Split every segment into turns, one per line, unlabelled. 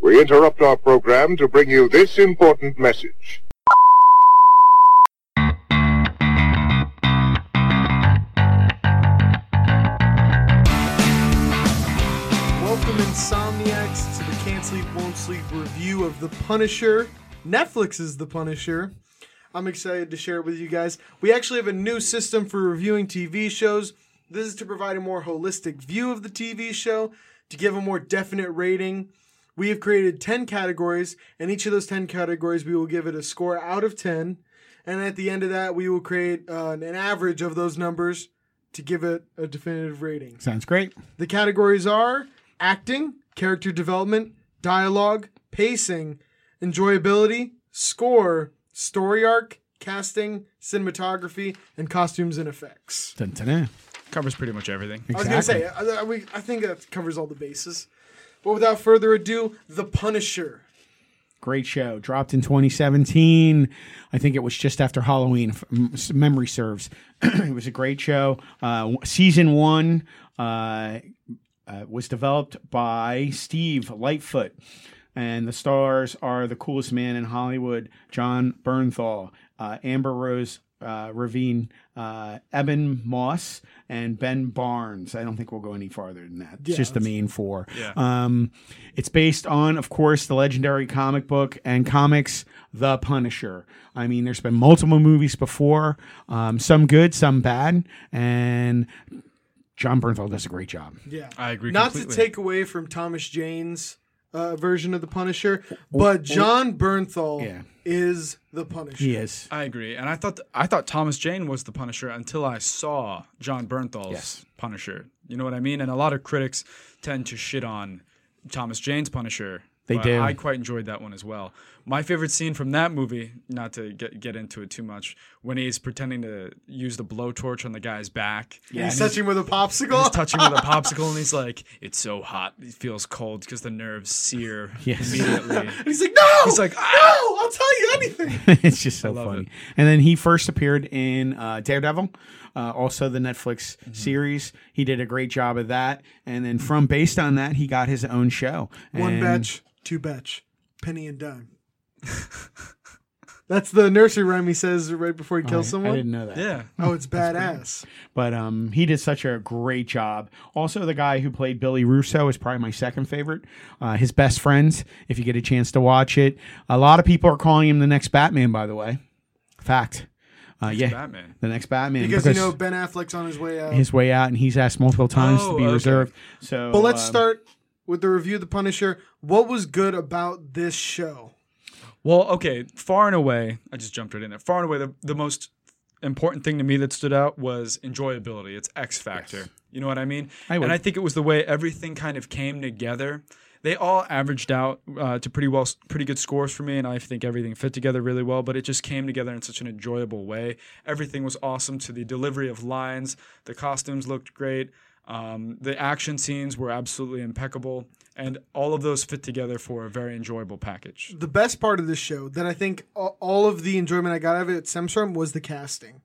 We interrupt our program to bring you this important message.
Welcome, Insomniacs, to the Can't Sleep, Won't Sleep review of The Punisher. Netflix is The Punisher. I'm excited to share it with you guys. We actually have a new system for reviewing TV shows. This is to provide a more holistic view of the TV show, to give a more definite rating. We have created 10 categories, and each of those 10 categories, we will give it a score out of 10. And at the end of that, we will create uh, an average of those numbers to give it a definitive rating.
Sounds great.
The categories are acting, character development, dialogue, pacing, enjoyability, score, story arc, casting, cinematography, and costumes and effects.
Dun, dun, dun.
Covers pretty much everything.
I was going to say, I, I- we- I think that covers all the bases. But without further ado, The Punisher.
Great show. Dropped in 2017. I think it was just after Halloween, if m- s- memory serves. it was a great show. Uh, w- season one uh, uh, was developed by Steve Lightfoot. And the stars are the coolest man in Hollywood, John Bernthal, uh, Amber Rose uh, Ravine, uh, Eben Moss, and Ben Barnes. I don't think we'll go any farther than that. It's just the main four. Um, it's based on, of course, the legendary comic book and comics, The Punisher. I mean, there's been multiple movies before, um, some good, some bad, and John Bernthal does a great job.
Yeah.
I agree
Not
completely.
to take away from Thomas Jane's uh, version of The Punisher, but John Bernthal
Yeah.
is The Punisher.
He is.
I agree, and I thought I thought Thomas Jane was the Punisher until I saw John Bernthal's
Yes.
Punisher. You know what I mean? And a lot of critics tend to shit on Thomas Jane's Punisher.
They
but
do.
I quite enjoyed that one as well. My favorite scene from that movie, not to get get into it too much, when he's pretending to use the blowtorch on the guy's back. Yeah,
He's touching with a popsicle.
He's touching with a popsicle, and he's like, "It's so hot, it feels cold because the nerves sear
Yes.
immediately."
And he's like, no!
He's
"Ah!"
like,
no! I'll tell you anything!
it's just so
love
funny.
it.
And then he first appeared in uh, Daredevil, uh, also the Netflix
Mm-hmm.
series. He did a great job of that. And then from based on that, he got his own show.
One
And-
batch, two batch, penny and dime. That's the nursery rhyme he says right before he
I, I
kills someone.
didn't know that.
yeah,
Oh, it's badass.
But um, he did such a great job. Also, the guy who played Billy Russo is probably my second favorite. Uh, his best friends, if you get a chance to watch it. A lot of people are calling him the next Batman, by the way. Fact. Uh, yeah.
Batman.
The next Batman.
Because, you know Ben Affleck's on his way out.
his way out, and he's asked multiple times to
Oh,
be
okay.
reserved. So,
but let's
um,
start with the review of The Punisher. What was good about this show?
Well, okay, far and away, I just jumped right in there. Far and away, the, the most important thing to me that stood out was enjoyability. It's X factor. You know what I mean?
I would.
and I think it was the way everything kind of came together. They all averaged out uh, to pretty well, pretty good scores for me, and I think everything fit together really well. But it just came together in such an enjoyable way. Everything was awesome. To the delivery of lines, the costumes looked great. Um, the action scenes were absolutely impeccable, and all of those fit together for a very enjoyable package.
The best part of this show that I think a- all of the enjoyment I got out of it at stems from was the casting.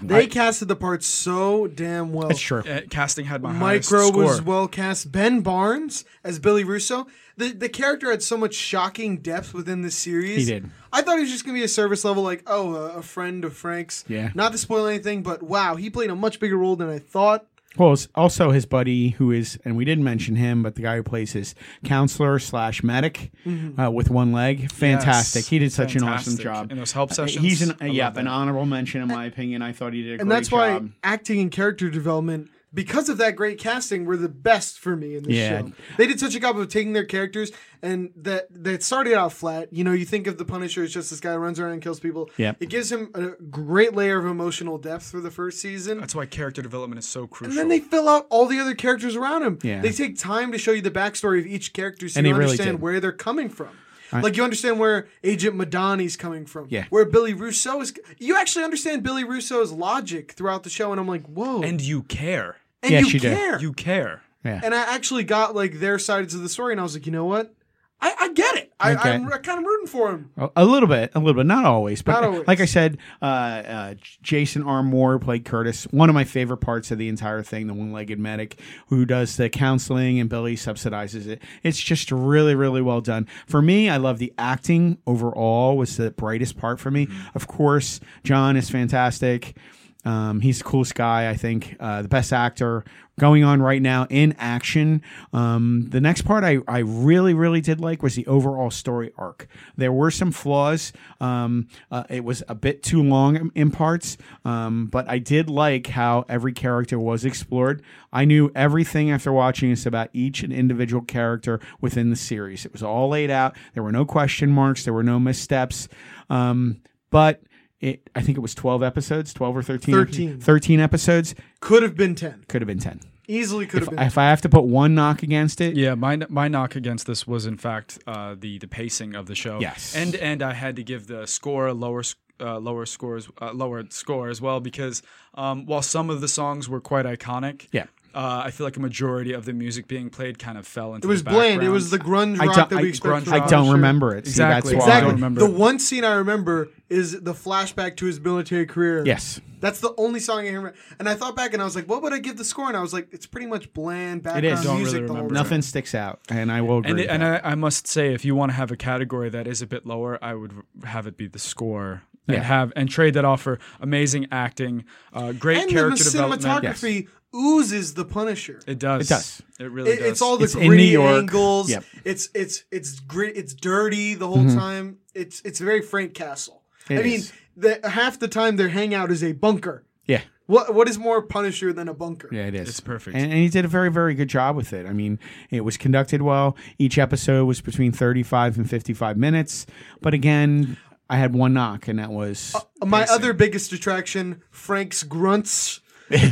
They casted the parts so damn well.
That's true.
Uh, casting had my
Micro
highest score.
was well cast. Ben Barnes as Billy Russo. The the character had so much shocking depth within this series.
He did.
I thought he was just gonna be a service level, like oh, a, a friend of Frank's.
Yeah.
Not to spoil anything, but wow, he played a much bigger role than I thought.
Well, it's also his buddy who is, and we didn't mention him, but the guy who plays his counselor slash medic uh, with one leg, fantastic.
Mm-hmm. Yes.
he did such an awesome
Fantastic.
job
In those help
Uh,
sessions,
He's an
I
yeah,
love
an
that.
honorable mention in my opinion. I thought he did a
And
great
that's why
job.
acting and character development, because of that great casting, were the best for me in this
Yeah.
show. They did such a job of taking their characters and that that started out flat. You know, you think of the Punisher as just this guy who runs around and kills people.
Yep.
It gives him a great layer of emotional depth for the first season.
That's why character development is so crucial.
And then they fill out all the other characters around him.
Yeah.
They take time to show you the backstory of each character so
And
you
they really
understand
did.
where they're coming from. like you understand where Agent Madani's coming from.
Yeah.
Where Billy Russo is you actually understand Billy Russo's logic throughout the show, and I'm like, whoa.
and you care.
And
Yes,
you,
you do.
care.
You care.
yeah.
and I actually got like their sides of the story and I was like, you know what? I, I get it. I,
Okay.
I'm kind of rooting for him.
A- A little bit, a little bit, not always, but
Not always.
like I said, uh, uh, J- Jason R. Moore played Curtis. One of my favorite parts of the entire thing, the one-legged medic who does the counseling and Billy subsidizes it. It's just really, really well done. For me, I love the acting overall was the brightest part for me.
Mm-hmm.
Of course, John is fantastic. Um, he's the coolest guy, I think. Uh, the best actor going on right now in action. Um, the next part I, I really, really did like was the overall story arc. There were some flaws. Um, uh, it was a bit too long in- in parts, um, but I did like how every character was explored. I knew everything after watching this about each and individual character within the series. It was all laid out. There were no question marks, there were no missteps. Um, but. It, I think it was 12 episodes, 12 or 13.
13.
13 episodes.
Could have been ten.
Could have been 10
Easily could have
if,
been.
if I have to put one knock against it,
Yeah, my my knock against this was in fact uh, the the pacing of the show.
Yes.
and and I had to give the score a lower sc- uh, lower scores uh, lower score as well because um, while some of the songs were quite iconic,
Yeah.
uh, I feel like a majority of the music being played kind of fell into
it was bland. It was the grunge
I
rock
don't,
that we
I,
expect.
grunge
from
I
rock.
don't
Punisher.
remember it. See,
Exactly.
That's why
Exactly.
I
don't
don't-
remember
The
it.
one scene I remember is the flashback to his military career.
Yes.
That's the only song I remember. And I thought back and I was like, what would I give the score? And I was like, it's pretty much bland background
is. Don't
music
really
the whole
remember.
time.
Nothing sticks out, and I will agree.
And,
with
it, and
that.
I, I must say, if you want to have a category that is a bit lower, I would r- have it be the score.
Yeah.
And have and trade that off for amazing acting, uh, great
And the
character development.
cinematography oozes the Punisher.
It does.
It does.
It really
It-
does.
It's all the
It's in New
gritty
York.
angles.
Yep.
It's it's it's grit. It's dirty the whole time. It's it's very Frank Castle. I
It
mean,
is.
the, half the time their hangout is a bunker.
yeah,
What what is more Punisher than a bunker?
yeah, it is.
It's perfect.
and, and he did a very, very good job with it. I mean, it was conducted well. Each episode was between thirty-five and fifty-five minutes, but again, I had one knock, and that was
My other biggest attraction, Frank's grunts.
there's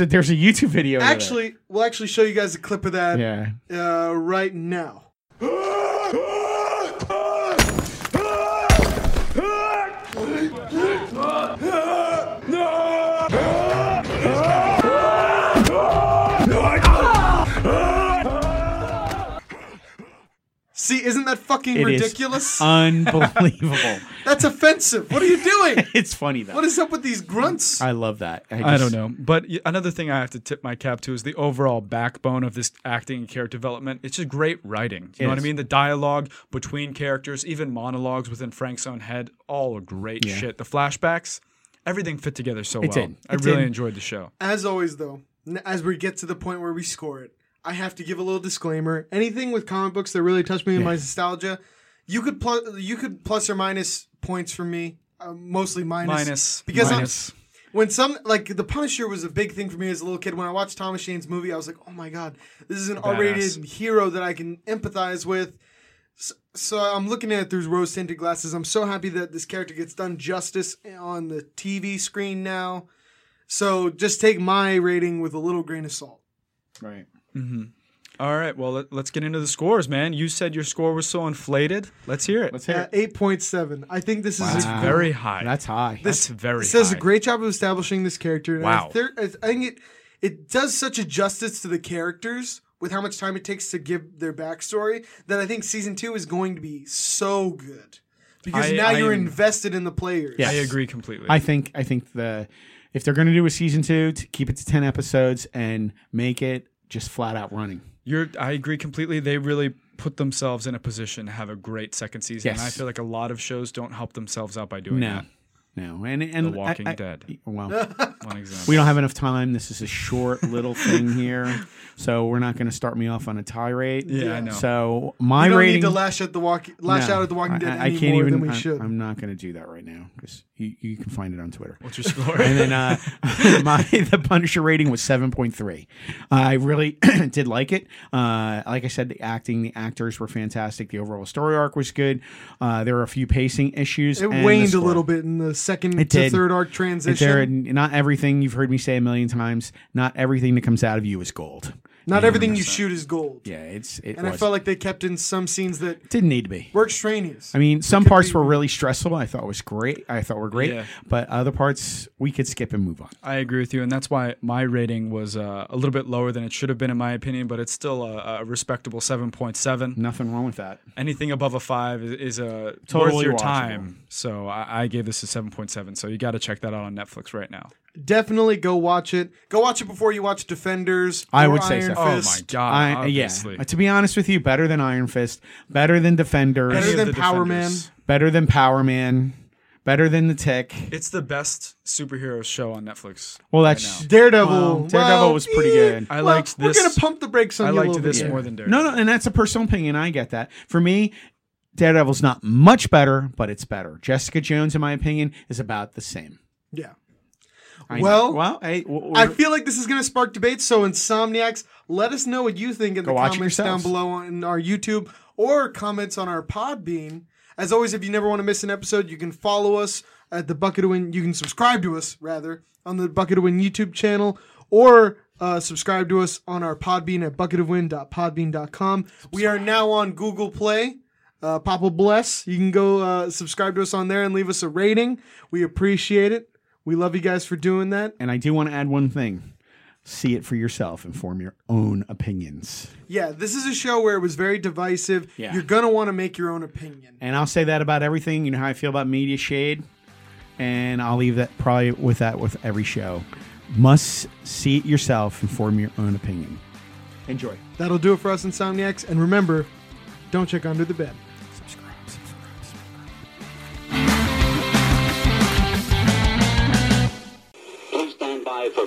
a there's a YouTube video. of it.
Actually, we'll actually show you guys a clip of that
yeah,
uh, right now. See, isn't that fucking
It is Uh,
ridiculous?
unbelievable.
That's offensive. What are you doing?
it's funny though.
what is up with these grunts?
I love that. I,
I don't
just-
know. But y- another thing I have to tip my cap to is the overall backbone of this acting and character development. It's just great writing. You know what I
is.
mean? The dialogue between characters, even monologues within Frank's own head, all are great shit. The flashbacks, everything fit together so well.
did.
I
It
really
did.
enjoyed the show.
As always, though, n- as we get to the point where we score it, I have to give a little disclaimer. Anything with comic books that really touched me in my nostalgia, you could plus you could plus or minus points for me. Uh, mostly minus,
Minus.
because I'm-
minus.
when some like the Punisher was a big thing for me as a little kid. When I watched Thomas Shane's movie, I was like, "Oh my god, this is an R-rated hero that I can empathize with." So, so I'm looking at it through rose-tinted glasses. I'm so happy that this character gets done justice on the TV screen now. So just take my rating with a little grain of salt.
Right.
All right. Well, let, us get into the scores, man. You said your score was so inflated. Let's hear it.
Let's hear
Uh,
it.
8.7. I think this is a
Wow.
Very high.
That's high.
That's very
It does a
high.
great job of establishing this character. And
Wow.
I, thir- I think it it does such a justice to the characters with how much time it takes to give their backstory that I think season two is going to be so good because
I-
now
I
you're
am-
invested in the players.
I
Yes.
agree completely.
I think I think the if they're going to do a season two, to keep it to ten episodes and make it just flat out running.
You're, I agree completely. They really put themselves in a position to have a great second season. And I
Yes.
feel like a lot of shows don't help themselves out by doing
No,
that.
no, and and
The Walking
I- I-
Dead,
Well,
one example.
we don't have enough time. This is a short little thing here, so we're not going to start me off on a tirade.
Yeah, I know.
So my
You don't
rating.
need to lash at the walk, lash
No,
out at the Walking
I-
Dead
I,
anymore
I can't even.
than we
I,
should.
I'm not going to do that right now because you, you can find it on Twitter.
What's your score?
and then uh, my the Punisher rating was seven point three. I really did like it. Uh, like I said, the acting, the actors were fantastic. The overall story arc was good. Uh, there were a few pacing issues.
it
and the
waned a
score.
little bit in the second
It
to
did.
third arc
There,
transition.
not everything you've heard me say a million times. Not everything that comes out of you is gold.
Not everything you shoot is gold.
Yeah, it's it
and I
was.
felt like they kept in some scenes that
it didn't need to be.
were extraneous.
I mean, some parts were really stressful. I thought was great. I thought were great,
Yeah.
but other parts we could skip and move on.
I agree with you, and that's why my rating was uh, a little bit lower than it should have been, in my opinion. But it's still a, a respectable seven point seven.
Nothing wrong with that.
Anything above a five is, is a worth
Totally
your
watchable.
time. So I, I gave this a seven point seven. So you got to check that out on Netflix right now.
Definitely go watch it. Go watch it before you watch Defenders.
I
or
would say
Iron
so.
Oh my
Fist,
god!
I, yeah, Uh,
obviously.
to be honest with you, better than Iron Fist, better than Defenders,
Better
Any of
than
the
Power
Defenders.
Man.
better than Power Man, better than The Tick.
It's the best superhero show on Netflix.
Well, that's
Daredevil.
Well,
well,
Daredevil was pretty
eh,
good.
I
well,
liked this.
We're gonna pump the brakes on
I
you a
liked
little
this
bit.
more than Daredevil.
no, no, and that's a personal opinion. I get that. For me, Daredevil's not much better, but it's better. Jessica Jones, in my opinion, is about the same.
Yeah.
I
Well,
well, hey, w-
I feel like this is going to spark debate. So, Insomniacs, let us know what you think in the
watch it
comments down
yourselves.
below on our YouTube or comments on our Podbean. As always, if you never want to miss an episode, you can follow us at the Bucket of Win. You can subscribe to us, rather, on the Bucket of Win YouTube channel or uh, subscribe to us on our Podbean at bucketofwin.podbean.com. We are now on Google Play. Uh, Papa Bless. You can go uh, subscribe to us on there and leave us a rating. We appreciate it. We love you guys for doing that.
and I do want to add one thing. See it for yourself and form your own opinions.
Yeah, this is a show where it was very divisive.
Yeah.
You're gonna want to make your own opinion.
And I'll say that about everything. You know how I feel about media shade. And I'll leave that probably with that with every show. Must see it yourself and form your own opinion. Enjoy.
That'll do it for us, Insomniacs. And remember, don't check under the bed.
Subscribe, subscribe, subscribe.
Please stand by for